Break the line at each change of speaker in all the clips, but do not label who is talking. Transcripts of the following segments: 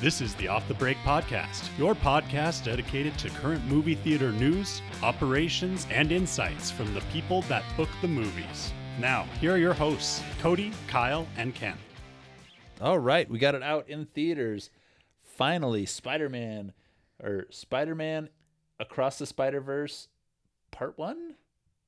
This is the Off the Break Podcast, your podcast dedicated to current movie theater news, operations, and insights from the people that book the movies. Now, here are your hosts, Cody, Kyle, and Ken.
All right, we got it out in theaters. Finally, Spider Man or Spider Man Across the Spider Verse Part One.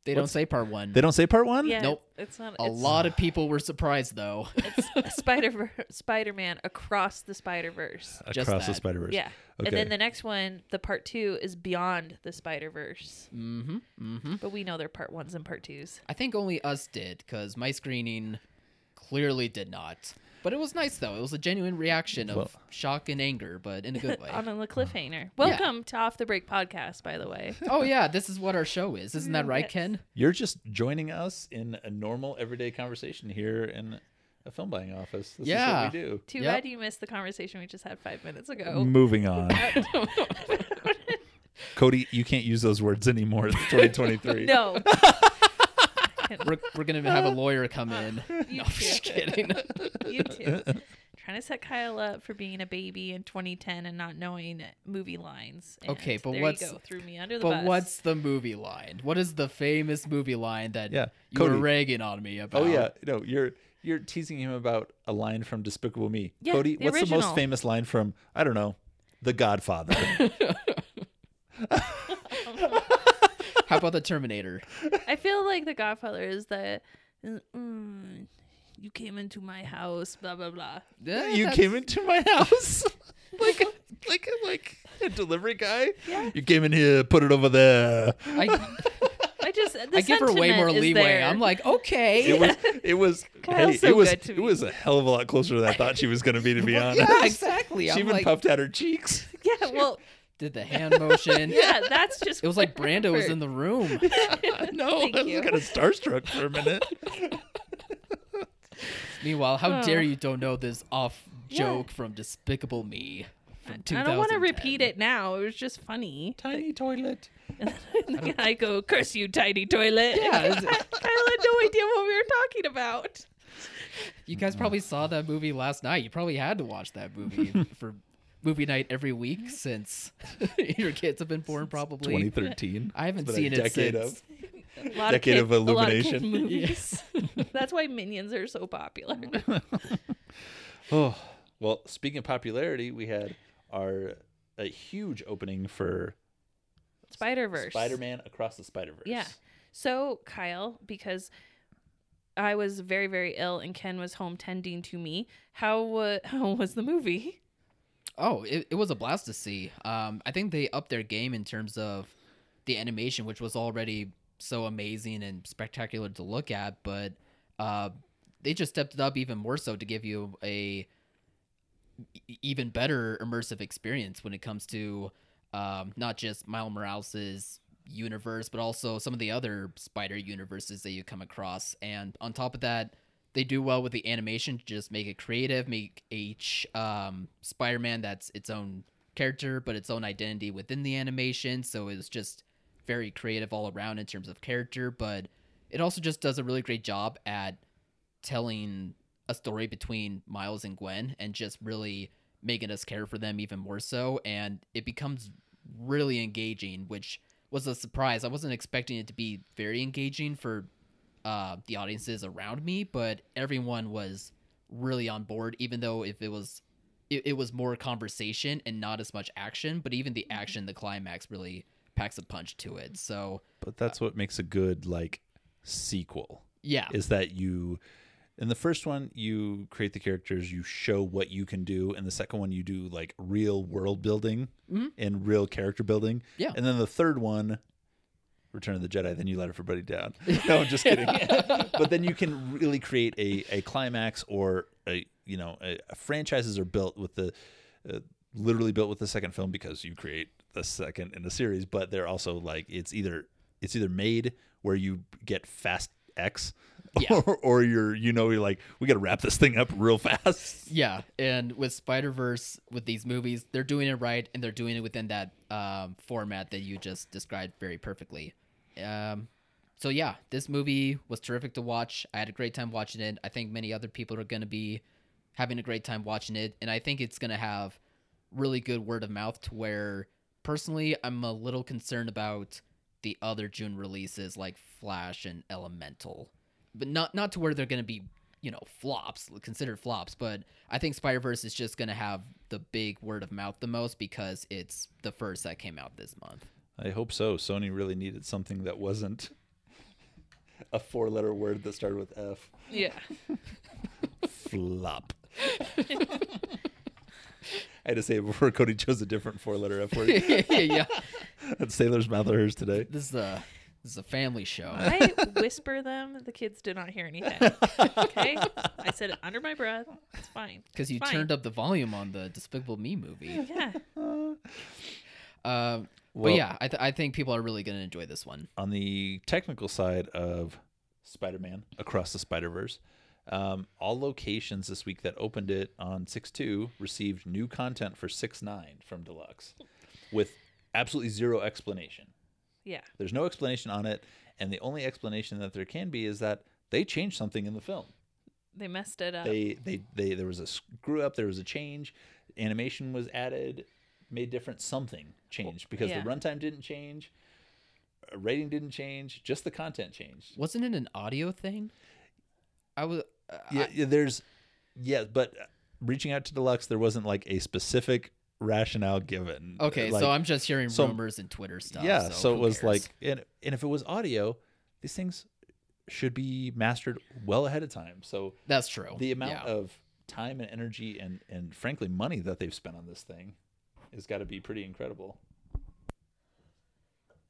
They don't say part one.
They don't say Part One.
Yeah,
Nope.
It's not
a
it's
lot of people were surprised though.
Spider Spider Man across the Spider Verse.
Just
Across the
that.
Spider Verse.
Yeah, and
Okay.
then the next one, the part two, is beyond the Spider Verse.
mm-hmm. Mm-hmm.
But we know they're part ones and part twos.
I think only us did because my screening clearly did not. But it was nice though. It was a genuine reaction of
Well-
shock and anger, but in a good way.
On a cliffhanger. Welcome to Off the Break podcast, by the way.
oh yeah, this is what our show is. Isn't that right,
Yes.
Ken?
You're just joining us in a normal, everyday conversation here in a film buying office. This
Yeah.
is what we do.
Too
Yep. Mm.
bad you missed the conversation we just had five minutes ago.
Moving on, Cody. You can't use those words anymore. It's 2023.
no,
We're, we're gonna have a lawyer come in.
you
I'm just
too.
kidding.
You too. Trying to set Kyle up for being a baby in 2010 and not knowing movie lines. And
Okay, but
there
what's-
you go. threw me under the
but
bus.
what's the movie line? What is the famous movie line that
Yeah,
you were
Cody.
ragging on me about?
Oh yeah, no, you're you're teasing him about a line from Despicable Me.
Yeah,
Cody,
the
what's the
original.
most famous line from I don't know, The Godfather?
How about the Terminator?
I feel like The Godfather is the mm, you came into my house, blah blah blah.
Eh,
you
that's-
came into my house like a, like a, like a delivery guy. You came in here, put it over there.
I,
I just the
I give her way
sentiment
more
is
leeway.
there.
I'm like, okay.
It was it was hey,
Kyle's so
it was
good to
it
me.
was a hell of a lot closer than I thought she was going to be. To be honest,
yeah, exactly.
she
I'm
even
like,
puffed out her cheeks.
yeah, well,
did the hand motion.
yeah, that's just.
It was like Brando was in the room.
no,
Thank
I was
you.
kind of starstruck for a minute.
Meanwhile, how dare
Oh.
you don't know this off
Yeah.
joke from Despicable Me? From
I don't want to
2010.
repeat it now. It was just funny.
Tiny toilet.
And I go, curse you, tiny toilet.
Yeah,
Kyle had
is
no
it-
idea what we were talking about.
You guys probably saw that movie last night. You probably had to watch that movie for movie night every week since your kids have been born, probably.
2013.
I haven't
It's been
seen
a
it
decade
since.
of-
A lot
Decade
kid-
of
a lot kid
illumination.
movies. That's why minions are so popular.
Oh, well, speaking of popularity, we had our a huge opening for
Spider Verse.
Spider-Man Across the Spider-Verse.
Yeah. So, Kyle, because I was very, very ill and Ken was home tending to me, how, wa how was the movie?
Oh, it, it was a blast to see. Um, I think they upped their game in terms of the animation, which was already so amazing and spectacular to look at, but uh, they just stepped it up even more so to give you a e- even better immersive experience when it comes to um, not just Miles Morales' universe, but also some of the other spider universes that you come across. And on top of that, they do well with the animation to just make it creative, make each um, Spider Man that's its own character, but its own identity within the animation. So it was just very creative all around in terms of character, but it also just does a really great job at telling a story between Miles and Gwen and just really making us care for them even more so. And it becomes really engaging, which was a surprise. I wasn't expecting it to be very engaging for uh, the audiences around me, but everyone was really on board, even though if it was. It, it was more conversation and not as much action, but even the action, the climax really packs a punch to it. So,
But that's what makes a good like sequel
yeah.
is that you in the first one you create the characters, you show what you can do, and the second one you do like real world building and real character building.
Mm-hmm. Yeah.
And then the third one Return of the Jedi, then you let everybody down. No, I'm just kidding. but then you can really create a, a climax or a you know a, a franchises are built with the uh, literally built with the second film because you create the second in the series, but they're also like it's either it's either made where you get fast X.
Yeah.
Or, or you're, you know, you're like, we got to wrap this thing up real fast.
Yeah, and with Spider Verse, with these movies, they're doing it right, and they're doing it within that um, format that you just described very perfectly. Um, so yeah, this movie was terrific to watch. I had a great time watching it. I think many other people are going to be having a great time watching it, and I think it's going to have really good word of mouth to where personally I'm a little concerned about the other June releases like Flash and Elemental. But not not to where they're going to be, you know, flops, considered flops, but I think Spider-Verse is just going to have the big word of mouth the most because it's the first that came out this month.
I hope so. Sony really needed something that wasn't a four letter word that started with F.
Yeah.
Flop. I had to say it before Cody chose a different four letter F word.
yeah.
That's Sailor's Mouth of Hers today.
This is a this is a family show.
I whisper them. The kids did not hear anything. Okay. I said it under my breath. It's fine.
Because you
Fine.
turned up the volume on the Despicable Me movie.
Yeah.
Um,
Well-
but yeah, I, th- I think people are really going to enjoy this one.
on the technical side of Spider-Man across the Spider-Verse, um, all locations this week that opened it on 6.2 received new content for 6.9 from Deluxe with absolutely zero explanation.
Yeah.
There's no explanation on it, and the only explanation that there can be is that they changed something in the film.
They messed it up.
They, they, they, there was a screw up, there was a change, animation was added, made different, something changed because
yeah.
the runtime didn't change, uh, rating didn't change, just the content changed.
Wasn't it an audio thing? I was. Uh,
yeah, yeah, there's yeah but uh, reaching out to deluxe there wasn't like a specific rationale given
I- okay,
Like,
so I'm just hearing
so-
rumors and Twitter stuff.
yeah so, it
who
was
cares?
like and, and if it was audio these things should be mastered well ahead of time so
that's true.
the amount
Yeah.
of time and energy and and frankly money that they've spent on this thing has got to be pretty incredible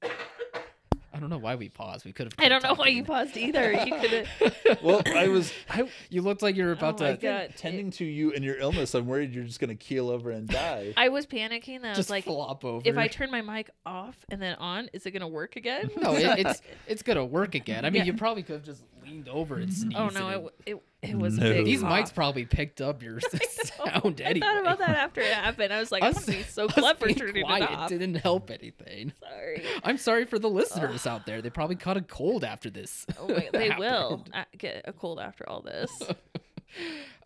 I don't know why we paused. We could have.
I don't know why you paused either. You could have.
well i was i
You looked like you were about
Oh my
to.
God. Yeah,
tending to you and your illness i'm worried you're just going to keel over and die
I was panicking. That I was
Just
like,
flop over.
if I turn my mic off and then on, is it going to work again?
no, it, it's it's gonna work again. I mean,
Yeah.
you probably could have just leaned over and sneezed.
Oh no!
and
It
it-
w- it, it was a
No.
big
these
cough.
mics probably picked up your sound
I
anyway.
thought about that after it happened. I was like, I'm
Us-
gonna be so
us
clever
being
turning
quiet
it off.
didn't help anything.
Sorry.
I'm sorry for the listeners out there. They probably caught a cold after this.
Oh my, they will
happened.
uh, get a cold after all this.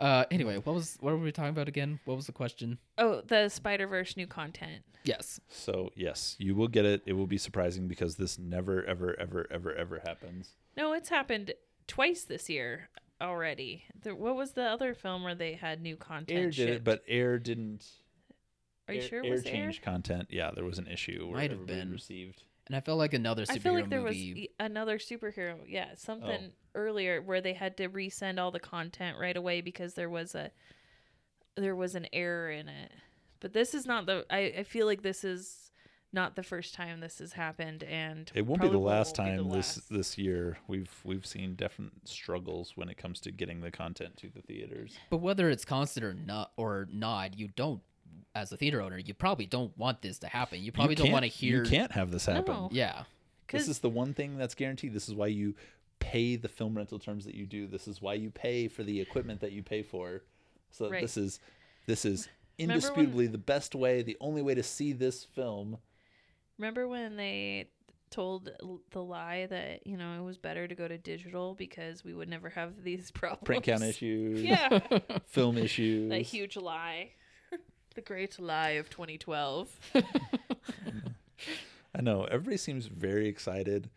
Uh, anyway, what was what were we talking about again? What was the question?
Oh, the Spider Verse new content.
Yes.
So yes, you will get it. It will be surprising because this never, ever, ever, ever, ever happens.
No, it's happened twice this year already. The, what was the other film where they had new content?
Air did it,
shipped?
but Air didn't.
are you
Air,
sure it
Air
was Air?
changed content? Yeah, there was an issue. Where
Might have
everybody
been.
received.
And I felt like another superhero
I feel like there
movie.
was e- another superhero. Yeah, something
Oh.
earlier where they had to resend all the content right away because there was a there was an error in it. But this is not the. I, I feel like this is not the first time this has happened, and
It won't be the
probably
last
won't be the
time this
last.
this year. We've we've seen definite struggles when it comes to getting the content to the theaters.
But whether it's constant or not, or not, you don't, as a theater owner, you probably don't want this to happen. You probably
You
don't
can't-
want to hear.
You can't have this happen.
No.
Yeah.
This
'Cause-
is the one thing that's guaranteed. This is why you pay the film rental terms that you do. This is why you pay for the equipment that you pay for. So that
Right.
this is this is
Remember when-
indisputably the best way, the only way to see this film.
Remember when they told l- the lie that you know it was better to go to digital because we would never have these problems.
Print count issues,
Yeah,
film issues.
that huge lie, the great lie of 2012.
I know everybody seems very excited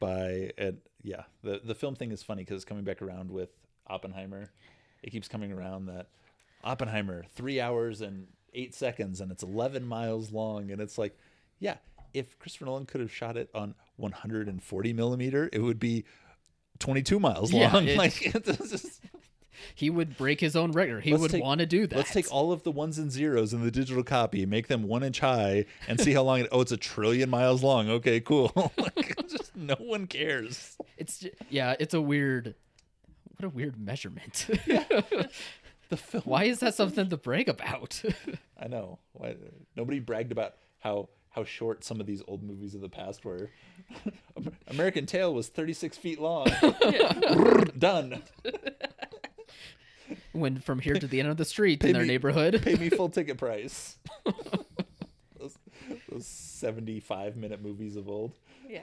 by and yeah, the the film thing is funny because it's coming back around with Oppenheimer. It keeps coming around that Oppenheimer three hours and eight seconds and it's eleven miles long and it's like, yeah, if Christopher Nolan could have shot it on one hundred and forty millimeter, it would be twenty two miles
Yeah,
long.
it-
like it's just-
He would break his own record. He
Let's
would
take-
want to do that.
Let's take all of the ones and zeros in the digital copy, make them one inch high, and see how long it. Oh, it's a trillion miles long. Okay, cool. like, just no one cares.
It's ju- yeah. It's a weird. What a weird measurement.
The film.
Why is that something to brag about?
I know. Why nobody bragged about how how short some of these old movies of the past were. Amer- American Tail was thirty six feet long. Done.
when from here to the end of the street in their
me-
neighborhood.
Pay me full ticket price. those, those seventy five minute movies of old.
Yeah.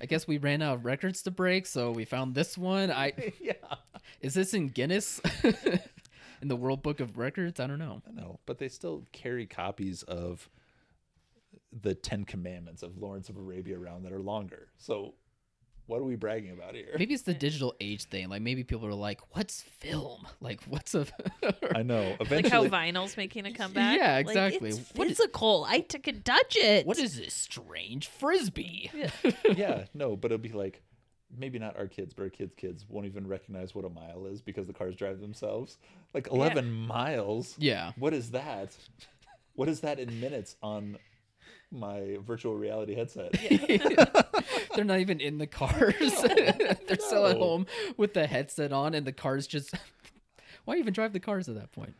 I guess we ran out of records to break, so we found this one. I
Yeah.
is this in Guinness? in the World Book of Records. I don't know.
I know, but they still carry copies of the Ten Commandments of Lawrence of Arabia around that are longer. So what are we bragging about here?
Maybe it's the digital age thing. Like maybe people are like, "What's film? Like what's a?"
I know.
Like how
Eventually,
vinyl's making a comeback.
yeah,
Like,
exactly.
it's
What is-
physical. I took a touch it.
what is this strange frisbee?
yeah, no, but it'll be like maybe not our kids, but our kids' kids won't even recognize what a mile is because the cars drive themselves. Like eleven miles.
Yeah.
What is that? What is that in minutes on my virtual reality headset?
They're not even in the cars. They're still at
No.
home with the headset on, and the cars just. Why even drive the cars at that point?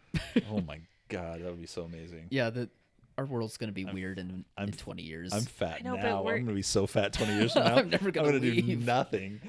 Oh my god, that would be so amazing.
Yeah, the our world's gonna be weird in, in twenty years.
I'm fat
I know, but
now.
we're-
I'm gonna be so fat 20 years from now.
I'm never gonna
I'm gonna do
leave.
nothing.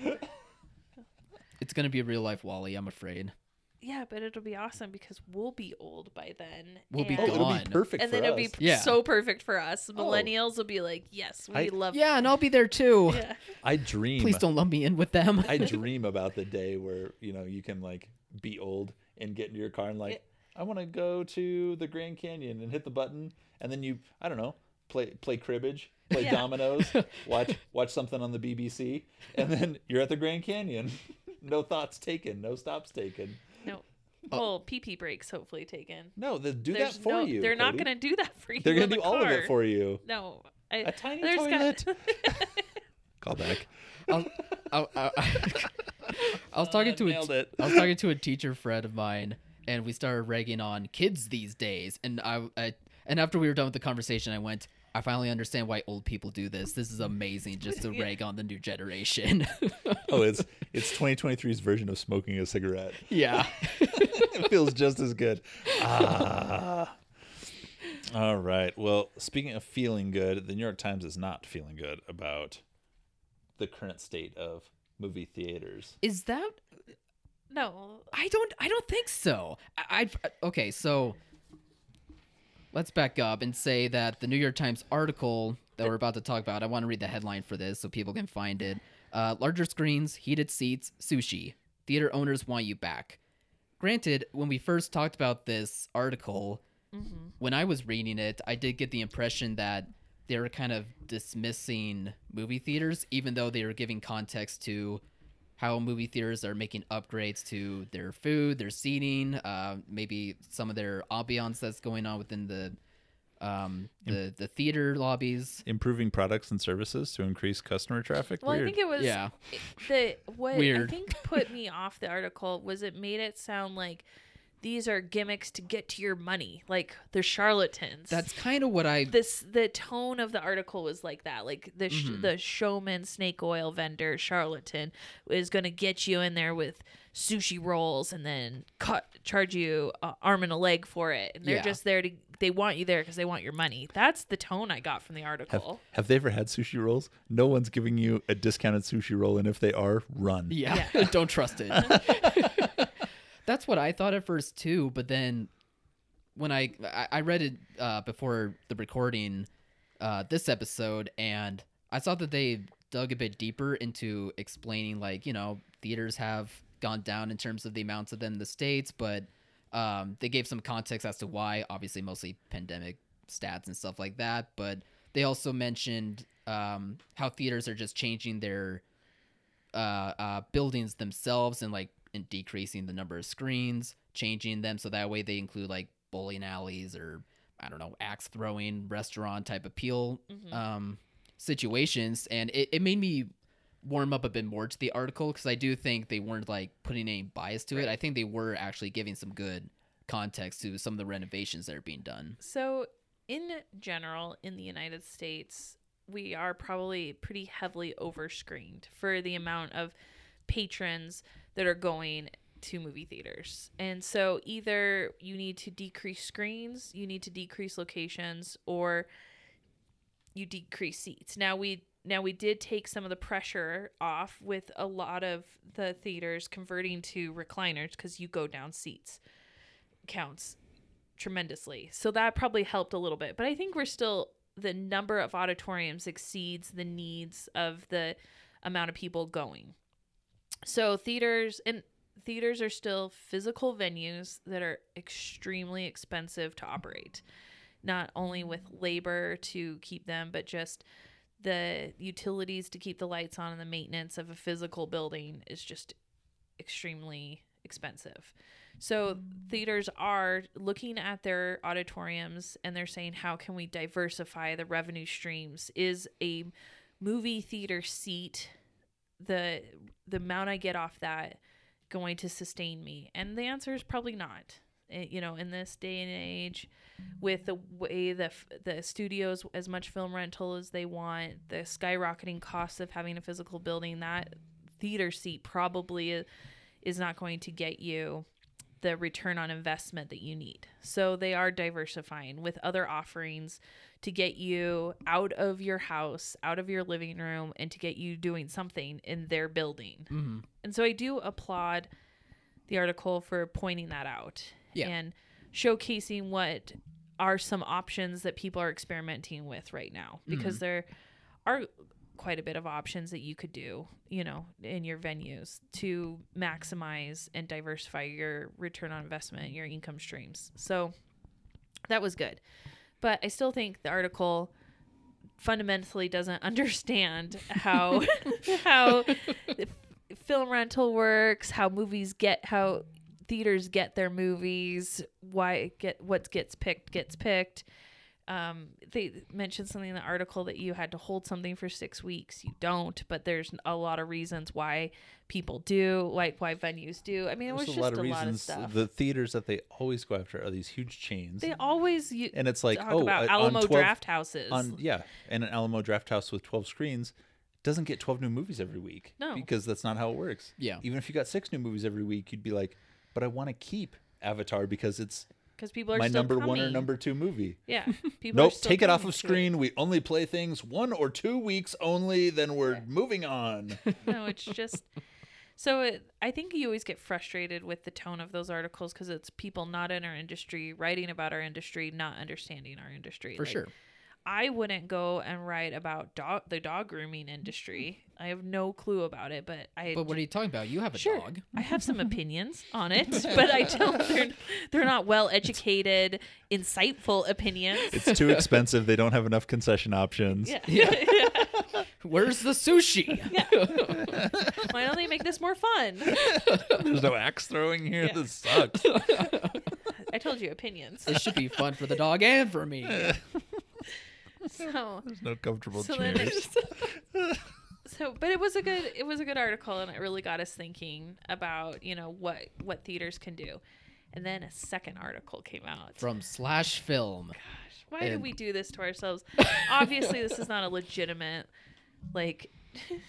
it's gonna be a real life Wally. I'm afraid.
Yeah, but it'll be awesome because we'll be old by then.
We'll be
and,
Oh, it'll
Gone.
be perfect.
And
for
then it'll be
us.
p-
Yeah.
so perfect for us. Millennials will be like, yes, we
I-
love.
Yeah, and I'll be there too.
Yeah.
I dream.
Please don't lump me in with them.
I dream about the day where you know you can like be old and get into your car and like I want to go to the Grand Canyon and hit the button, and then you I don't know play play cribbage, play
Yeah.
dominoes, watch watch something on the BBC, and then you're at the Grand Canyon. no thoughts taken, no stops taken.
No. Well, pee pee breaks hopefully taken.
No, they Oh. do
There's
that for
no,
you.
They're not
Cody.
gonna do that for you.
They're gonna
in the
do all of it
car.
for you.
No. I,
A tiny
there's
toilet.
Got,
Call back.
I'll, I'll, I'll, I was talking to a
Uh, nailed it.
I was talking to a teacher friend of mine, and we started ragging on kids these days. And I, I and after we were done with the conversation, I went. I finally understand why old people do this. This is amazing, just to rag on the new generation.
Oh, it's it's 2023's version of smoking a cigarette.
yeah,
it feels just as good. Ah. All right. Well, speaking of feeling good, the New York Times is not feeling good about the current state of movie theaters.
is that?
no.
I don't. I don't think so. I, I okay. So let's back up and say that the New York Times article that we're about to talk about. I want to read the headline for this so people can find it. Uh, larger screens, heated seats, sushi. Theater owners want you back. Granted, when we first talked about this article, when I was reading it, I did get the impression that they were kind of dismissing movie theaters, even though they were giving context to how movie theaters are making upgrades to their food, their seating, uh, maybe some of their ambiance that's going on within the um, the, the theater lobbies.
Improving products and services to increase customer traffic.
Well,
Weird.
I think it was
Yeah.
the what
Weird.
I think put me off the article was it made it sound like these are gimmicks to get to your money, like they're charlatans.
That's kind of what I
this the tone of the article was like that like the sh-
Mm-hmm.
the showman snake oil vendor charlatan is going to get you in there with sushi rolls and then cut charge you a arm and a leg for it and they're
Yeah.
just there to they want you there because they want your money that's the tone i got from the
have,
article
have they ever had sushi rolls? No one's giving you a discounted sushi roll, and if they are, run.
Yeah, don't trust it. That's what I thought at first too, but then when I I, I read it uh, before the recording uh, this episode, and I saw that they dug a bit deeper into explaining, like you know, theaters have gone down in terms of the amounts of them in the states, but um, they gave some context as to why. Obviously, mostly pandemic stats and stuff like that, but they also mentioned um, how theaters are just changing their uh, uh, buildings themselves and like and decreasing the number of screens, changing them so that way they include like bowling alleys or I don't know axe throwing restaurant type appeal um, situations, and it, it made me warm up a bit more to the article because I do think they weren't like putting any bias to it. I think they were actually giving some good context to some of the renovations that are being done.
So, in general, in the United States, we are probably pretty heavily overscreened for the amount of patrons that are going to movie theaters. And so, either you need to decrease screens, you need to decrease locations, or you decrease seats. Now we now we did take some of the pressure off with a lot of the theaters converting to recliners because you go down seats counts tremendously. So that probably helped a little bit. But I think we're still the number of auditoriums exceeds the needs of the amount of people going. So theaters and theaters are still physical venues that are extremely expensive to operate, not only with labor to keep them, but just the utilities to keep the lights on and the maintenance of a physical building is just extremely expensive. So theaters are looking at their auditoriums and they're saying, how can we diversify the revenue streams? Is a movie theater seat the the amount I get off that going to sustain me? And the answer is probably not. Eh, you know, in this day and age, with the way the f- the studios as much film rental as they want, the skyrocketing costs of having a physical building, that theater seat probably i- is not going to get you the return on investment that you need. So they are diversifying with other offerings to get you out of your house, out of your living room, and to get you doing something in their building.
Mhm.
And so I do applaud the article for pointing that out
Yeah.
and showcasing what are some options that people are experimenting with right now because there are quite a bit of options that you could do, you know, in your venues to maximize and diversify your return on investment, your income streams. So that was good. But I still think the article fundamentally doesn't understand how how the f- film rental works, how movies get how theaters get their movies, why it get what gets picked gets picked. Um, they mentioned something in the article that you had to hold something for six weeks. You don't, but there's a lot of reasons why people do, like why venues do. I mean, it was
There's
just
a lot of
lot of
reasons.
stuff.
the theaters that they always go after are these huge chains.
they always you,
and it's like,
talk
oh,
about
uh, on
Alamo
12
draft houses.
on yeah, and an Alamo Draft House with twelve screens doesn't get twelve new movies every week.
No.
because that's not how it works.
Yeah.
even if you got six new movies every week, you'd be like, but I want to keep Avatar because it's
because people are
my
still
number one or
coming.
number two movie.
yeah people are
Nope,
still
take it off
coming
of
to
screen. We only play things one or two weeks only. Then we're moving on.
no it's just so it, i think you always get frustrated with the tone of those articles because it's people not in our industry writing about our industry not understanding our industry
for
Like,
sure.
i wouldn't go and write about dog the dog grooming industry
Mm.
i have no clue about it but i
But what are you talking about? You have a
Sure.
dog.
I have some opinions on it, but I don't. They're, they're not well educated, insightful opinions.
It's too expensive. They don't have enough concession options.
Yeah.
Where's the sushi?
Why don't they make this more fun?
There's no axe throwing here.
Yeah.
This sucks.
I told you opinions.
It should be fun for the dog and for me.
So,
There's no comfortable
so then
chairs.
it's, so but it was a good it was a good article and it really got us thinking about, you know, what what theaters can do. And then a second article came out.
From Slash Film.
Why do
and-
we do this to ourselves? Obviously this is not a legitimate like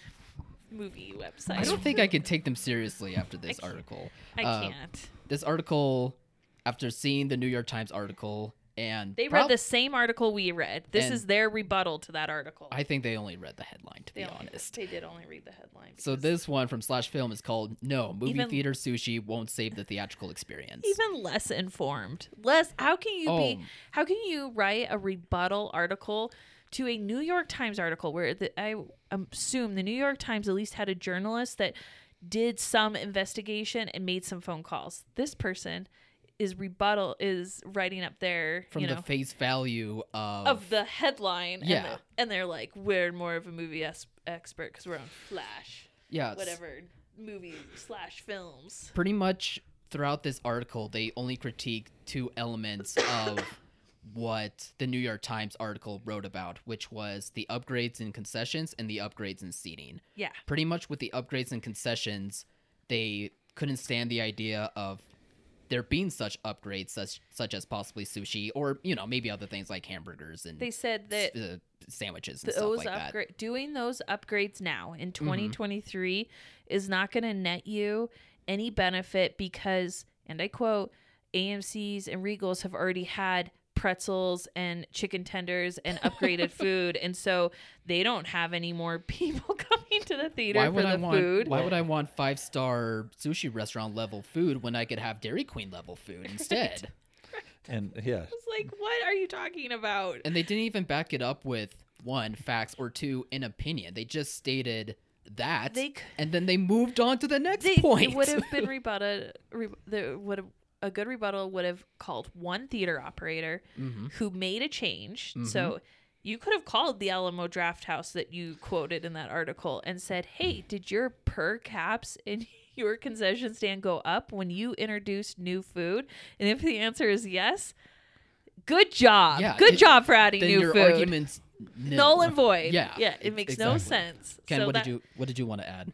movie website.
I don't think I can take them seriously after this
can't.
article.
I
Uh,
can't.
This article, after seeing the New York Times article, and
They
prob-
read the same article we read. This
and-
is their rebuttal to that article.
I think they only read the headline, to
they
be
only-
honest.
They did only read the headline.
So
because-
this one from Slash Film is called "No Movie
Even-
Theater Sushi Won't Save the Theatrical Experience."
even less informed less how can you be
Oh.
how can you write a rebuttal article to a new york times article where the, i assume the new york times at least had a journalist that did some investigation and made some phone calls this person is rebuttal is writing up there
From
you know
the face value of,
of the headline and,
Yeah.
the, and they're like we're more of a movie es- expert because we're on flash
yeah, it's-
whatever movie slash films
pretty much throughout this article, they only critique two elements of what the New York Times article wrote about, which was the upgrades in concessions and the upgrades in seating.
yeah
Pretty much with the upgrades and concessions, they couldn't stand the idea of there being such upgrades, such such as possibly sushi or you know maybe other things like hamburgers and
they said that
uh, sandwiches and
those
stuff like that. Mm-hmm.
upgrade doing those upgrades now in 2023 is not going to net you any benefit because and I quote AMC's and Regals have already had pretzels and chicken tenders and upgraded food and so they don't have any more people coming to the theater
Why
for
would
the
I want?
food.
Why would I want five star sushi restaurant level food when I could have Dairy Queen level food instead?
And yeah,
It's like what are you talking about?
And they didn't even back it up with one facts or two an opinion. They just stated that,
They c-
and then they moved on to the next
They-
point.
It would have been rebutted. Re, would have a good rebuttal would have called one theater operator
Mm-hmm.
who made a change. So you could have called the Alamo Draft House that you quoted in that article and said, "Hey, did your per caps in your concession stand go up when you introduced new food?" And if the answer is yes, good job.
Yeah,
good
it-
job for adding
then
new
your
food.
arguments
Null and void.
Yeah,
yeah, it
ex-
makes no
exactly.
sense.
Ken,
So
what
that-
did you what did you want to add?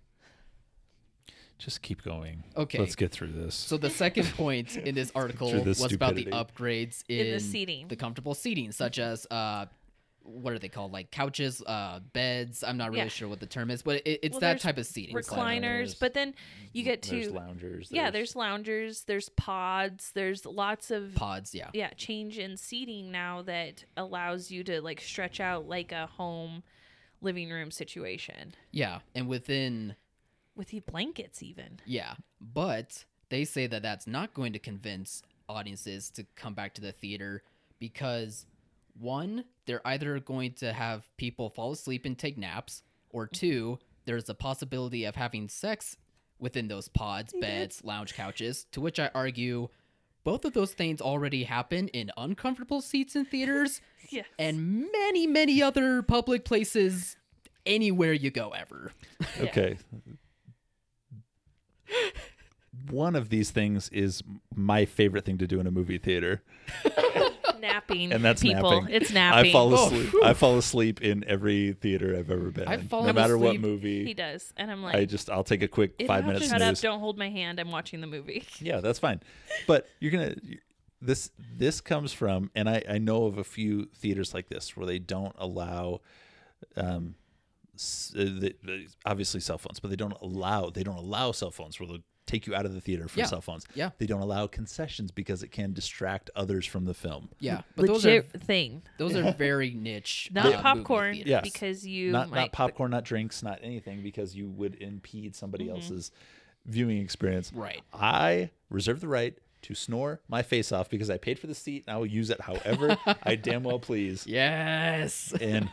Just keep going.
Okay.
Let's get through this.
So the second point in this article
Through this
was about the
stupidity.
upgrades in,
In the seating.
the comfortable seating, such as uh, what are they called? Like couches, uh, beds. I'm not really
Yeah.
sure what the term is, but it, it's
Well,
that
there's
type of seating.
recliners,
recliners, but then you get to
there's loungers.
yeah, there's loungers, there's pods, there's lots of
pods. Yeah.
yeah change in seating now that allows you to like stretch out like a home living room situation
Yeah, and within
with the blankets even.
yeah, but they say that that's not going to convince audiences to come back to the theater because one, they're either going to have people fall asleep and take naps, or two, there's a possibility of having sex within those pods, beds, lounge couches, to which I argue both of those things already happen in uncomfortable seats in theaters
Yes.
and many, many other public places anywhere you go ever.
yeah.
Okay. One of these things is my favorite thing to do in a movie theater,
napping
and that's
people.
napping.
It's napping.
I fall
Oh,
asleep. I fall asleep in every theater I've ever been.
I've
in. no
fallen
matter what
asleep-
he
movie.
does, and I'm like,
I just I'll take a quick
"It'll
five
have
minutes.
to shut up.
snooze.
Don't hold my hand. I'm watching the movie.
Yeah, that's fine. But you're gonna this this comes from, and I I know of a few theaters like this where they don't allow, um, s- uh, the, the, obviously cell phones, but they don't allow they don't allow cell phones where they'll take you out of the theater for
Yeah.
cell phones.
Yeah.
they don't allow concessions because it can distract others from the film.
Yeah, but those are
Legit thing.
Those are very niche.
Not
uh, movie
popcorn
theaters.
Yes.
because you
not
might
not popcorn, not drinks, not anything because you would impede somebody else's viewing experience.
Mm-hmm. Right.
I reserve the right to snore my face off because I paid for the seat and I will use it however I damn well please.
Yes.
And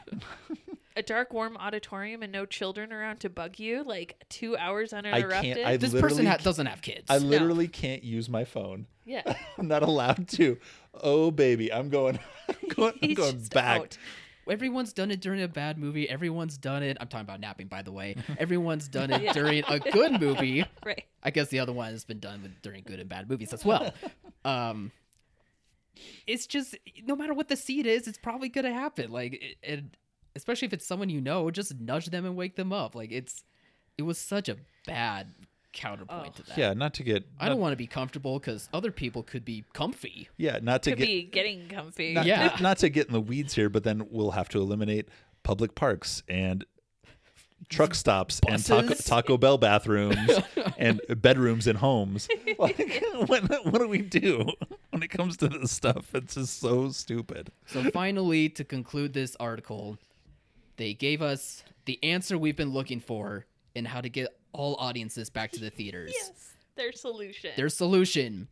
a dark, warm auditorium and no children around to bug you. Like two hours
I
uninterrupted.
can't. I
This
literally
person ha- doesn't have kids.
I literally can't use my phone.
yeah.
I'm not allowed to. Oh baby, I'm going. I'm going, I'm
He's
going
just
back.
out.
Everyone's done it during a bad movie. Everyone's done it. I'm talking about napping, by the way. Everyone's done it during a good movie.
Right.
I guess the other one has been done with, during good and bad movies as well. Um, it's just no matter what the seat is, it's probably gonna happen. Like, it, it, especially if it's someone you know, just nudge them and wake them up. Like, it's it was such a bad counterpoint
Oh.
to that.
Yeah, not to get.
I don't want to be comfortable because other people could be comfy.
Yeah, not to
Could
get.
be getting comfy.
not,
Yeah.
not- not to get in the weeds here, but then we'll have to eliminate public parks and truck stops and taco,
Buses.
Taco Bell bathrooms and bedrooms in homes. Like, what, what do we do when it comes to this stuff? It's just so stupid.
So finally, to conclude this article, they gave us the answer we've been looking for in how to get all audiences back to the theaters.
Yes, their solution.
Their solution: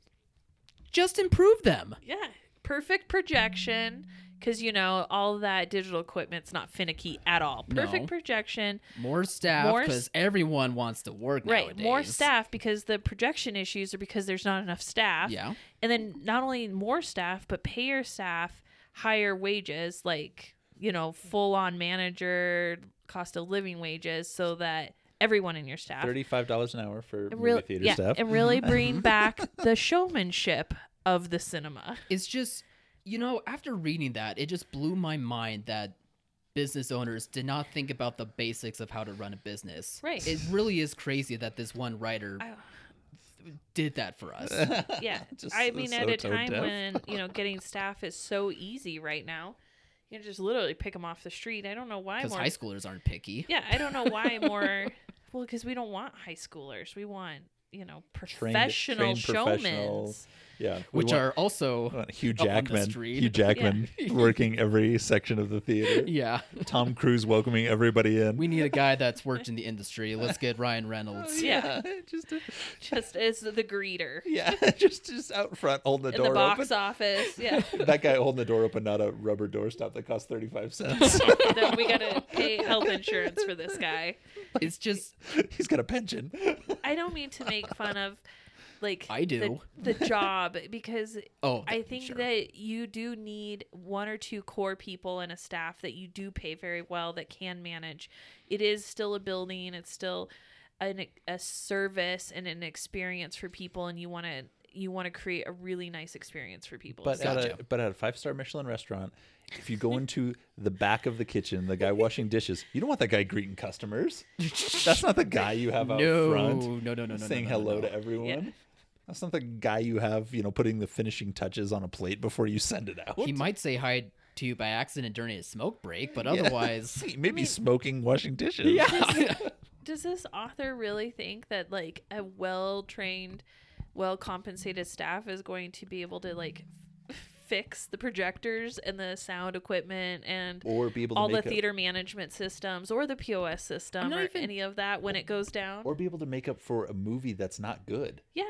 just improve them.
yeah, perfect projection because you know all that digital equipment's not finicky at all. Perfect
No.
projection,
More staff,
More
because
s-
everyone wants to work
right?
nowadays.
More staff because the projection issues are because there's not enough staff.
Yeah.
and then not only more staff, but pay your staff higher wages, like you know, full on manager cost of living wages, so that everyone in your staff
Thirty-five dollars an hour for
and
movie
real-
theater
yeah,
staff.
and really bring back the showmanship of the cinema.
It's just, you know, after reading that, it just blew my mind that business owners did not think about the basics of how to run a business.
Right.
It really is crazy that this one writer
I-
did that for us.
yeah
Just
i
so-
mean
so
at a
toe
time
deaf.
when you know getting staff is so easy right now you can just literally pick them off the street i don't know why
Because
more
high schoolers aren't picky.
yeah i don't know why more well because we don't want high schoolers we want you know professional
trained
showmen
professional. Yeah, we
which
want-
are also
we want Hugh
up on the
Jackman,
street.
Hugh Jackman working every section of the theater.
yeah.
Tom Cruise welcoming everybody in.
We need a guy that's worked in the industry. Let's get Ryan Reynolds.
yeah.
just
Just as the greeter
yeah, just just out front holding the
in
door
the box
open.
office. Yeah.
That guy holding the door open, not a rubber doorstop that costs thirty five cents.
that we gotta pay health insurance for this guy.
It's just
He's got a pension.
I don't mean to make fun of like
I do.
the, the job because
oh,
I
th-
think
sure.
that you do need one or two core people and a staff that you do pay very well that can manage. It is still a building, it's still an, a service and an experience for people and you want to you want to create a really nice experience for people.
But
So-
at a
Gotcha.
but at a five star Michelin restaurant, if you go into the back of the kitchen, the guy washing dishes, you don't want that guy greeting customers. That's not the guy you have out
No,
front.
no, no, no, no,
saying
no, no,
hello
no.
to everyone. That's not the guy you have, you know, putting the finishing touches on a plate before you send it out.
he might say hi to you by accident during his smoke break, but otherwise,
He may be smoking, washing dishes.
yeah.
does this author really think that like a well-trained, well-compensated staff is going to be able to like f- fix the projectors and the sound equipment and
Or be able to
all the
make up,
theater management systems or the POS system
not
or
even-
any of that when it goes down.
or be able to make up for a movie that's not good
yeah.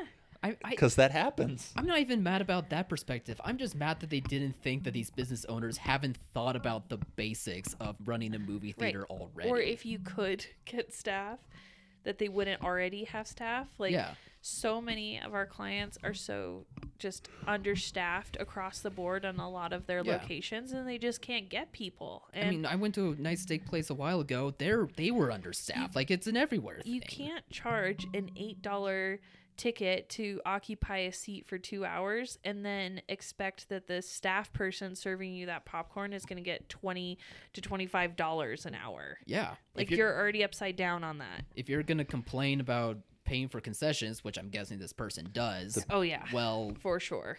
I, I,
because that happens.
I'm not even mad about that perspective. I'm just mad that they didn't think that these business owners haven't thought about the basics of running a movie theater already.
Or if you could get staff that they wouldn't already have staff. Like
Yeah.
so many of our clients are so just understaffed across the board on a lot of their
Yeah.
locations and they just can't get people. And
I mean, I went to a nice steak place a while ago. They're they were understaffed. Like it's an everywhere
you
thing.
can't charge an eight dollar ticket to occupy a seat for two hours and then expect that the staff person serving you that popcorn is going to get 20 to 25 dollars an hour
Yeah.
like
if
you're,
you're,
already upside down on that
if you're gonna complain about paying for concessions, which I'm guessing this person does,
oh yeah
well,
for sure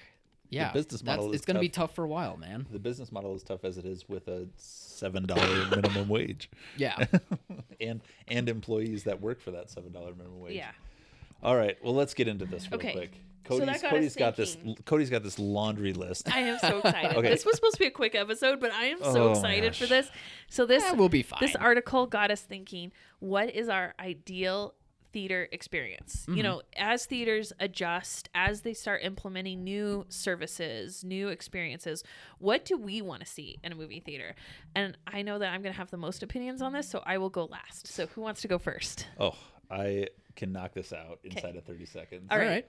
yeah,
business
that's-
model is
it's gonna be
tough.
tough for a while, man.
The business model is tough as it is with a seven dollar minimum wage,
Yeah.
and and employees that work for that seven dollar minimum wage.
yeah
All right. Well, let's get into this real
Okay.
quick.
So
Cody's,
that got us
Cody's got this.
thinking.
Cody's got this laundry list.
i am so excited
Okay.
this was supposed to be a quick episode but i am
Oh,
so
my
excited for
gosh.
this so this
Eh, we'll be fine.
this article got us thinking what is our ideal theater experience
Mm-hmm.
you know as theaters adjust as they start implementing new services new experiences what do we want to see in a movie theater and i know that i'm going to have the most opinions on this so i will go last so who wants to go first
Oh, I can knock this out inside of 30 seconds.
All
All
right.
right.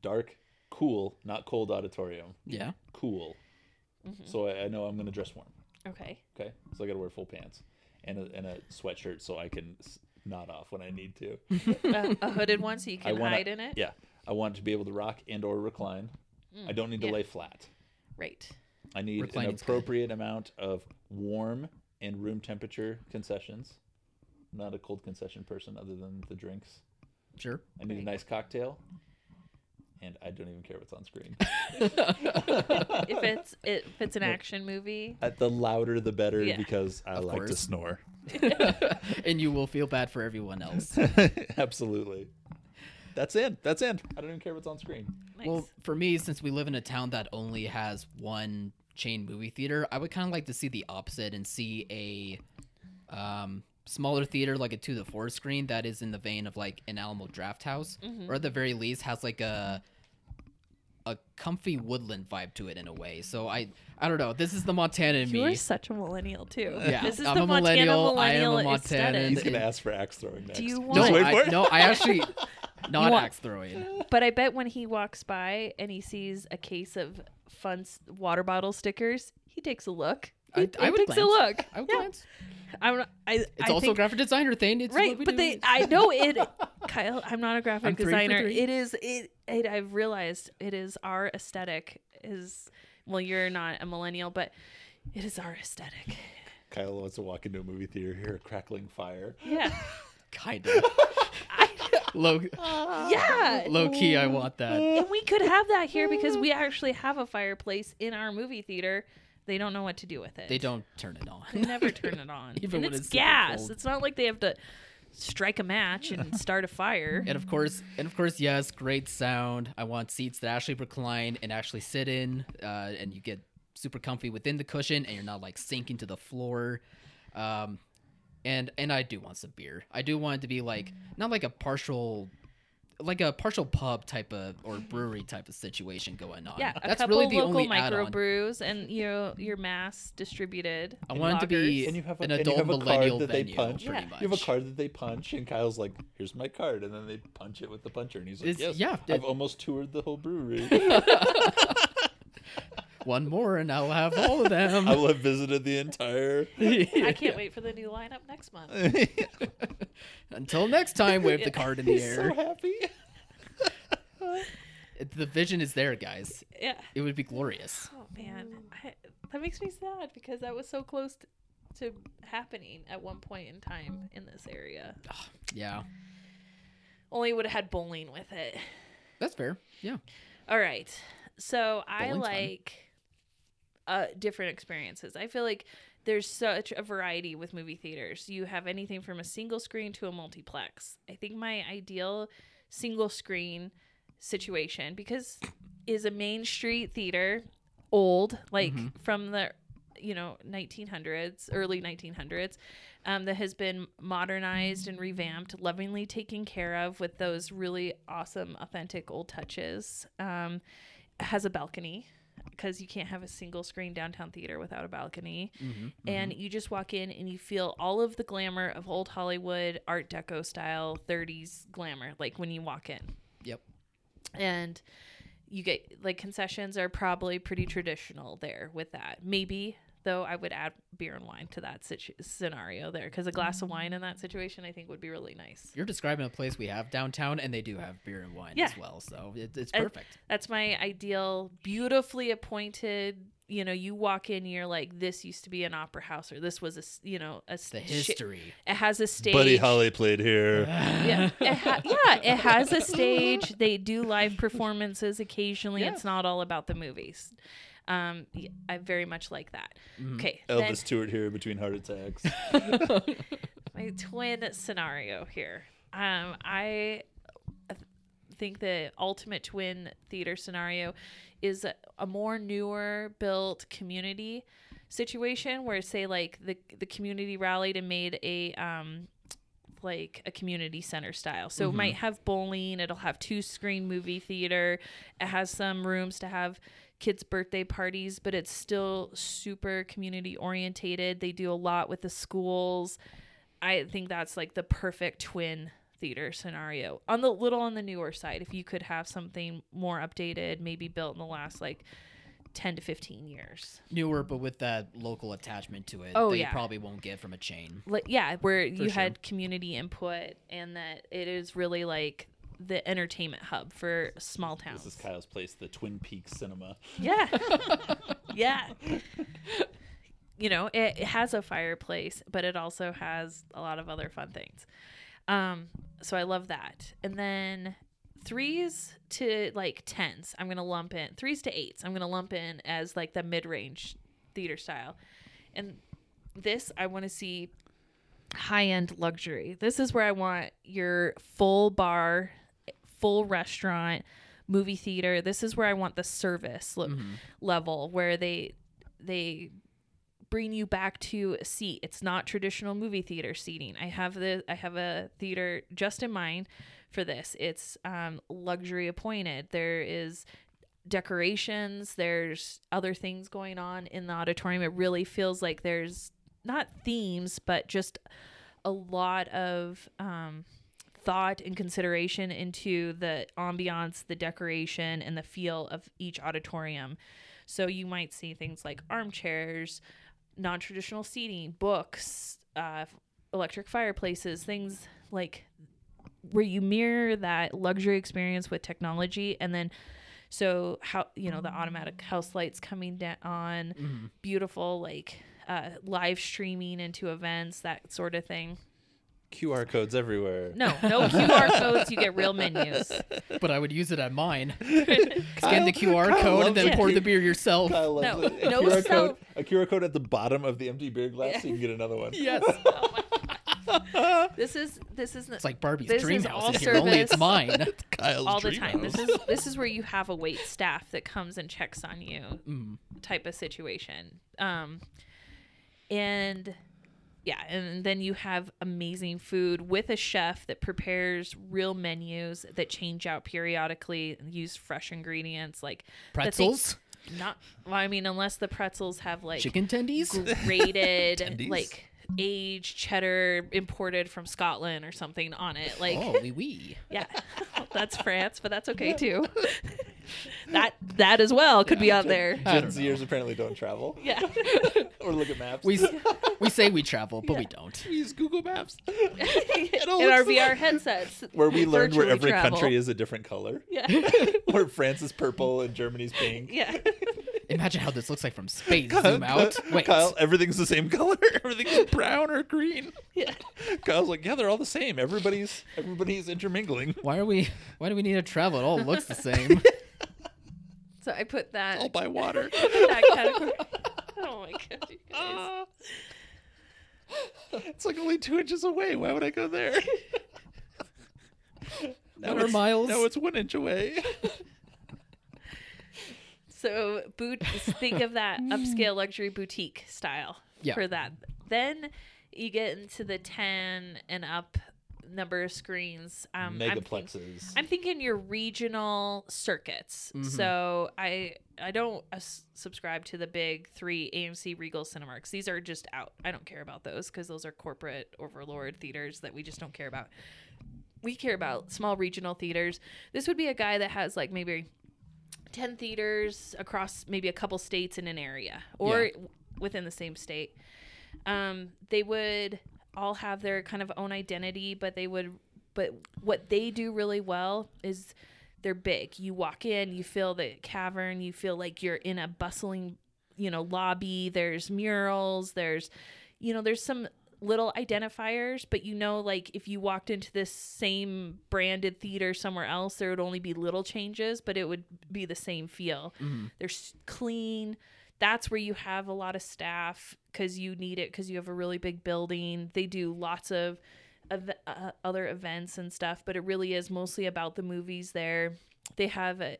Dark, cool, not cold auditorium.
Yeah.
Cool.
Mm-hmm.
So I, I know I'm going to dress warm.
okay
Okay. So I got to wear full pants and a, and a sweatshirt so I can s- nod off when I need to.
a, Uh, a hooded one so you
I
can
wanna-
hide in it
Yeah. I want to be able to rock and or recline. I don't need to
yeah.
lay flat.
right
I need an
Reclining's good.
appropriate amount of warm and room temperature concessions. I'm not a cold concession person other than the drinks.
Sure.
I need a
Right.
nice cocktail, and I don't even care what's on screen.
if it's if it's an action movie
Uh, the louder, the better,
Yeah.
because I like to
course.
snore.
And you will feel bad for everyone else.
Absolutely. That's in. That's in. I don't even care what's on screen.
nice.
Well, for me, since we live in a town that only has one chain movie theater, I would kind of like to see the opposite and see a um, smaller theater, like a two to four screen, that is in the vein of like an Alamo Draft House,
Mm-hmm.
or at the very least has like a a comfy woodland vibe to it in a way. So I I don't know. This is the Montana in
you
me. Uh,
are such a millennial too.
Yeah,
this is
I'm
the
a
Montana
millennial, I am a
millennial
Montanan.
He's
aesthetic.
gonna ask for axe throwing next.
you
Just
want-
No,
wait
I,
for it.
no, I actually not
want-
axe throwing.
But I bet when he walks by and he sees a case of fun s- water bottle stickers, he takes a look. He,
I, I
he
would
takes
glance.
a look.
I would
Yeah.
glance.
I'm not, I,
It's
I
also a
think,
graphic designer thing. It's what
right,
we
but
do.
they. I know it. Kyle, I'm not a graphic
I'm three for
designer.
three.
It is it, it. I've realized it is our aesthetic. Is well, you're not a millennial, but it is our aesthetic.
Kyle wants to walk into a movie theater, hear a crackling fire.
Yeah.
kind of low
yeah.
low key.
Mm.
I want that.
and we could have that here because we actually have a fireplace in our movie theater. They don't know what to do with it.
They don't turn it on.
They never turn it on.
Even
and
when
it's,
it's super
gas.
cold.
It's not like they have to strike a match and start a fire.
And of course, and of course, yes, great sound. I want seats that actually recline and actually sit in, uh, and you get super comfy within the cushion, and you're not like sinking to the floor. Um, and and I do want some beer. I do want it to be like not like a partial, like a partial pub type of or brewery type of situation going on.
Yeah, a
that's
couple
really the
local
only add-on.
microbrews and your your mass distributed.
I want it to be
lagers.
And you have a,
an
and you
adult
have a
millennial
card that
venue.
they punch.
pretty
Yeah.
much.
You have a card that they punch, and Kyle's like, "Here's my card," and then they punch it with the puncher, and he's like,
It's-
"Yes,
yeah,
I've
it-
almost toured the whole brewery.
One more, and I'll have all of them.
I will have visited the entire."
I can't wait for the new lineup next month.
Uh. Until next time, wave the card in the
he's so
air.
happy.
The vision is there, guys.
Yeah.
It would be glorious.
Oh man, I, that makes me sad because that was so close t- to happening at one point in time in this area.
Uh. Yeah,
Only would have had bowling with it.
that's fair. Yeah.
All right. So I
Bowling's fun.
like uh, different experiences. I feel like there's such a variety with movie theaters. You have anything from a single screen to a multiplex. I think my ideal single screen situation because is a main street theater old like from the you know 1900s early 1900s um, that has been modernized and revamped lovingly taken care of with those really awesome authentic old touches um, has a balcony because you can't have a single screen downtown theater without a balcony and you just walk in and you feel all of the glamour of old hollywood art deco style 30s glamour like when you walk in
Yep.
and you get like concessions are probably pretty traditional there with that maybe though i would add beer and wine to that situ- scenario there because a glass
Mm.
of wine in that situation i think would be really nice
You're describing a place we have downtown, and they do have beer and wine
Yeah.
as well. So it, it's
I-
perfect.
that's my ideal beautifully appointed you know you walk in you're like this used to be an opera house or this was a s- you know a
the
sta-
history.
it has a stage
Buddy Holly played here.
yeah, it ha- yeah, it has a stage. They do live performances occasionally.
Yeah.
It's not all about the movies. Um, y- I very much like that. Okay, then
Elvis toured here between heart attacks.
my twin scenario here. Um, I think the ultimate twin theater scenario is a, a more newer built community situation where say like the the community rallied and made a um like a community center style. So it might have bowling, it'll have two screen movie theater, it has some rooms to have kids birthday parties, but it's still super community orientated. They do a lot with the schools. I think that's like the perfect twin theater scenario. On the little on the newer side, if you could have something more updated, maybe built in the last like 10 to 15 years.
Newer, but with that local attachment to it
Oh,
that
yeah.
you probably won't get from a chain.
like yeah where you
sure.
had community input and that it is really like the entertainment hub for small towns
this is Kyle's place, the Twin Peaks Cinema.
yeah yeah you know it, it has a fireplace but it also has a lot of other fun things um so i love that and then threes to like tens i'm gonna lump in threes to eights i'm gonna lump in as like the mid-range theater style and this i want to see high end luxury. This is where I want your full bar, full restaurant, movie theater. This is where I want the service le- level where they they bring you back to a seat. It's not traditional movie theater seating. I have the I have a theater just in mind for this. It's um, luxury appointed. There is decorations. There's other things going on in the auditorium. It really feels like there's not themes, but just a lot of um, thought and consideration into the ambiance, the decoration, and the feel of each auditorium. So you might see things like armchairs, non traditional seating, books, uh, electric fireplaces, things like where you mirror that luxury experience with technology and then so how you know the automatic house lights coming down on beautiful like uh, live streaming into events that sort of thing
QR codes everywhere.
no no qr codes you get real menus
But I would use it at mine. Scan the QR
Kyle
code
loves
and then
it.
pour the beer yourself.
Kyle loves
No,
it. A
no
QR
self-
code. A QR code at the bottom of the empty beer glass, so you can get another one.
Yes.
This is this is
It's like Barbie's
This
dream
is all
house in here. Only it's
service.
mine.
Kyle's
all the
dream
time.
house.
This is this is where you have a wait staff that comes and checks on you
Mm.
type of situation. Um, and yeah, and then you have amazing food with a chef that prepares real menus that change out periodically, use fresh ingredients like the thing-
Pretzels,
Not, well, I mean, unless the pretzels have like
chicken tendies.
grated,
Tendies?
like aged cheddar imported from Scotland or something on it. Like,
Oh, wee wee.
yeah, that's France, but that's okay too. that that as well could be on there.
I
Gen
don't
Zers apparently don't travel
Yeah.
or look at maps.
We s- we say we travel, but we don't.
use Google Maps. all
in our
looks
VR headsets.
Where we learned where every
virtually travel.
country is a different color.
Yeah.
Where France is purple and Germany's pink.
Yeah.
Imagine how this looks like from space. Zoom out.
Ky-
Wait.
Kyle, everything's the same color. Everything's brown or green.
Yeah.
Kyle's like, yeah, they're all the same. Everybody's everybody's intermingling.
Why are we? Why do we need to travel? It all looks the same.
So I put
All
that
by water.
in that category. Oh my god, you guys.
Ah. it's like only two inches away. Why would I go there? Now
What are
it's-
miles?
Now it's one inch
Um,
away.
So boot think of that upscale luxury boutique style
Yeah.
for that. Then you get into the ten and up number of screens. Um I'm thinking- I'm thinking your regional circuits.
Mhm.
So I I don't uh, s- subscribe to the big three AMC, Regal, Cinemark. These are just out. I don't care about those because those are corporate overlord theaters that we just don't care about. We care about small regional theaters. This would be a guy that has like maybe ten theaters across maybe a couple states in an area or
Yeah.
w- within the same state. Um, they would all have their kind of own identity, but they would but what they do really well is they're big. You walk in, you feel the cavern, you feel like you're in a bustling, you know, lobby. There's murals, there's you know, there's some little identifiers, but you know like if you walked into this same branded theater somewhere else, there would only be little changes, but it would be the same feel.
Mhm.
They're s- clean. That's where you have a lot of staff because you need it because you have a really big building. They do lots of ev- uh, other events and stuff, but it really is mostly about the movies there. They have a,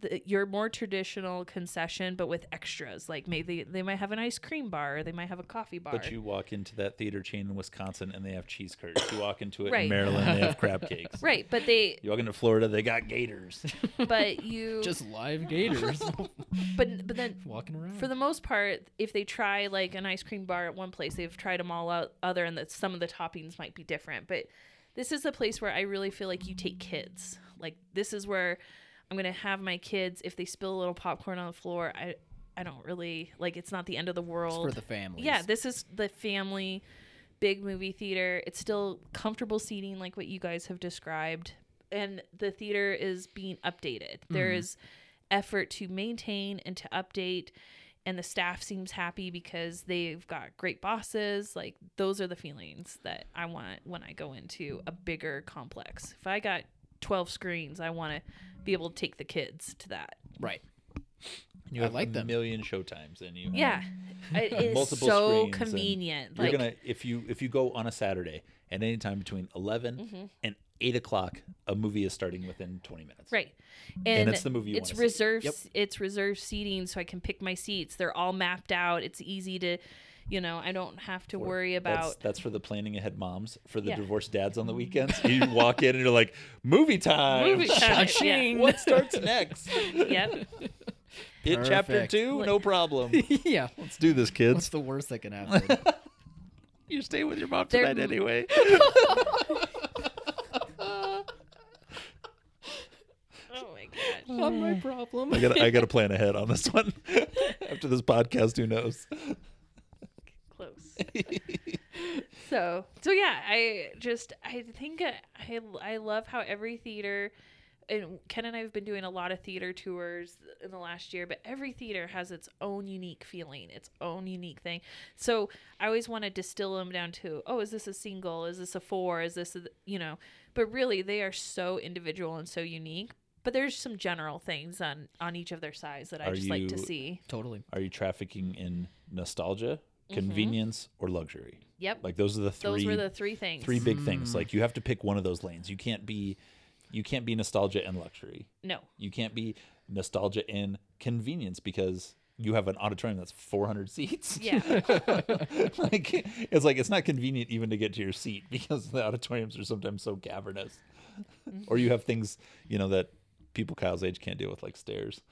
the, your more traditional concession, but with extras. Like maybe they might have an ice cream bar, or they might have a coffee bar.
But you walk into that theater chain in Wisconsin and they have cheese curds. You walk into it
Right.
in Maryland, they have crab cakes.
right, but they,
You walk into Florida, they got gators.
but you,
Just live gators
but but then
walking around.
for the most part, if they try like an ice cream bar at one place, they've tried them all out other, and that some of the toppings might be different. But this is the place where I really feel like you take kids. Like this is where I'm gonna have my kids. If they spill a little popcorn on the floor, I I don't really like. It's not the end of the
It's
world.
for the families.
Yeah, this is the family big movie theater. It's still comfortable seating like what you guys have described. And the theater is being updated.
Mm-hmm.
There is effort to maintain and to update and the staff seems happy because they've got great bosses. Like those are the feelings that I want when I go into a bigger complex. If I got 12 screens, I want to be able to take the kids to that.
right.
You
I
have
like
a
them.
million showtimes and you have-
Yeah. It is
Mm. Multiple
so
screens and
convenient.
You're
Like
gonna if you if you go on a Saturday at any time between 11
Mm-hmm.
and eight o'clock, a movie is starting within twenty minutes.
Right.
And it's the movie you
it's
wanna see.
reserved
Yep.
it's reserved seating so I can pick my seats. They're all mapped out. It's easy to you know, I don't have to worry
That's,
about
that's for the planning ahead moms, for the
Yeah.
divorced dads on the weekends. You walk in and you're like, movie time.
movie time. Yeah.
What starts next?
Yep.
It chapter
Perfect.
two? No problem.
yeah.
Let's do this, kids.
What's the worst that can happen?
You stay with your mom
They're-
tonight anyway.
Oh my gosh.
Not my problem.
I got I got to plan ahead on this one. After this podcast, who knows?
Close. so, so yeah, I just I think I I love how every theater and Ken and I have been doing a lot of theater tours in the last year, but every theater has its own unique feeling, its own unique thing. So I always want to distill them down to, oh, is this a single? Is this a four? Is this, a, you know? But really, they are so individual and so unique. But there's some general things on on each of their sides that I
Are
just like
you-
to see.
totally.
Are you trafficking in nostalgia convenience, or luxury.
Yep.
Like those are the three
Mm-hmm. Those were the three things.
three big things. Like you have to pick one of those lanes. You can't be you can't be nostalgia and luxury.
No.
You can't be nostalgia and convenience because you have an auditorium that's 400 seats.
Yeah.
like it's like it's not convenient even to get to your seat because the auditoriums are sometimes so cavernous.
Mm-hmm.
or you have things, you know, that people Kyle's age can't deal with like stairs.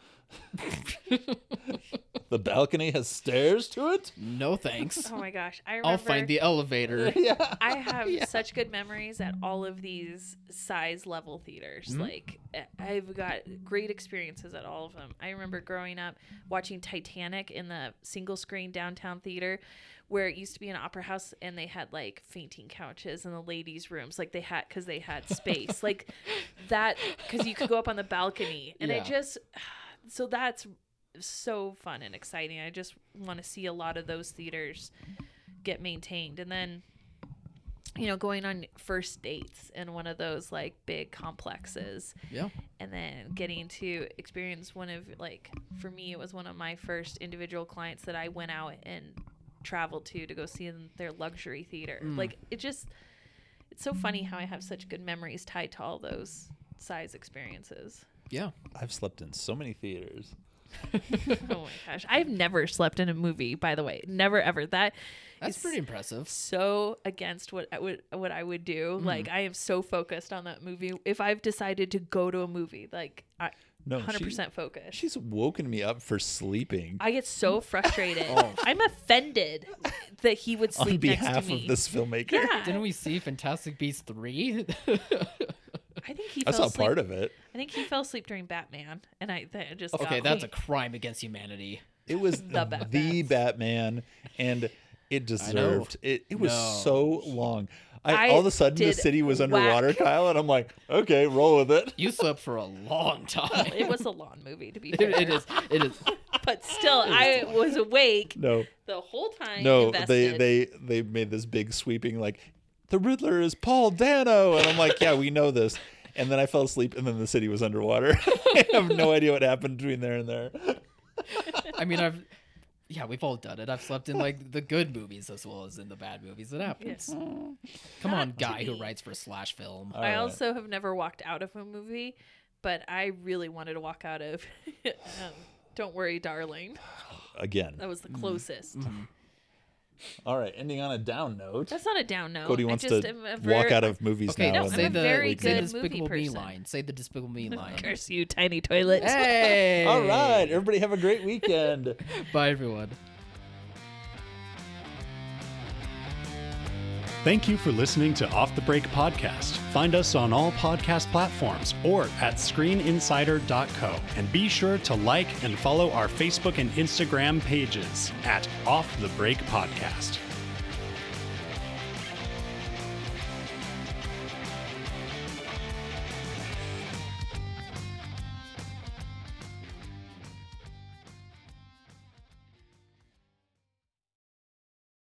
the balcony has stairs to it?
No thanks.
oh my gosh. I remember.
I'll find the elevator.
Yeah.
I have such good memories at all of these size level theaters. Like I- I've got great experiences at all of them. I remember growing up watching Titanic in the single screen downtown theater where it used to be an opera house and they had like fainting couches in the ladies rooms like they had cuz they had space. like that cuz you could go up on the balcony and
Yeah.
I just so that's so fun and exciting. I just want to see a lot of those theaters get maintained. And then, you know, going on first dates in one of those like big complexes
Yeah.
and then getting to experience one of like for me it was one of my first individual clients that I went out and traveled to to go see in their luxury theater. Like it just it's so funny how I have such good memories tied to all those size experiences.
Yeah.
I've slept in so many theaters.
oh my gosh. I've never slept in a movie, by the way. Never ever. That
That's
is
pretty impressive.
so against what I would what I would do.
Mm-hmm.
Like I am so focused on that movie. If I've decided to go to a movie, like I
No, she- Oh.
100% focused.
She's woken me up for sleeping
I get so frustrated. I'm offended that he would
on
sleep next to
behalf
me.
of this filmmaker.
yeah.
Didn't we see Fantastic Beasts 3?
I think he
I
fell
saw
asleep.
part of it.
I think he fell asleep during Batman and I that just
okay,
got
that's a
me.
crime against humanity.
It was the,
Batman.
Batman, and it deserved it. It was
No.
so long. I,
I
all of a sudden, the
did
city was underwater,
whack.
Kyle, and I'm like, okay, roll with it.
You slept for a long time.
it was a lawn movie to be
It-
fair.
it is. It is.
But still I was awake
No,
the whole time.
no,
invested.
they they they made this big sweeping like, the Riddler is Paul Dano, and I'm like, yeah, we know this. And then I fell asleep, and then the city was underwater. I have no idea what happened between there and there.
I mean, I've. Yeah, we've all done it. I've slept in like the good movies as well as in the bad movies. It happens. Come on, guy who writes for slash film.
All
I
right.
also have never walked out of a movie, but I really wanted to walk out of. um, Don't worry, darling.
Again,
That was the
Mm.
closest.
all right. Ending on a down note.
That's not a down note.
Cody
I
wants
just
to
am a
walk
very-
out of movies
Okay,
now.
no,
and
say
I'm a
then
the
very
we
say
can-
the
good movie
despicable me
person.
line. Say the despicable me line.
Curse you, tiny toilet.
hey!
All right, everybody have a great weekend.
Bye, everyone.
Thank you for listening to Off the Break Podcast. Find us on all podcast platforms or at screeninsider.co. And be sure to like and follow our Facebook and Instagram pages at Off the Break Podcast.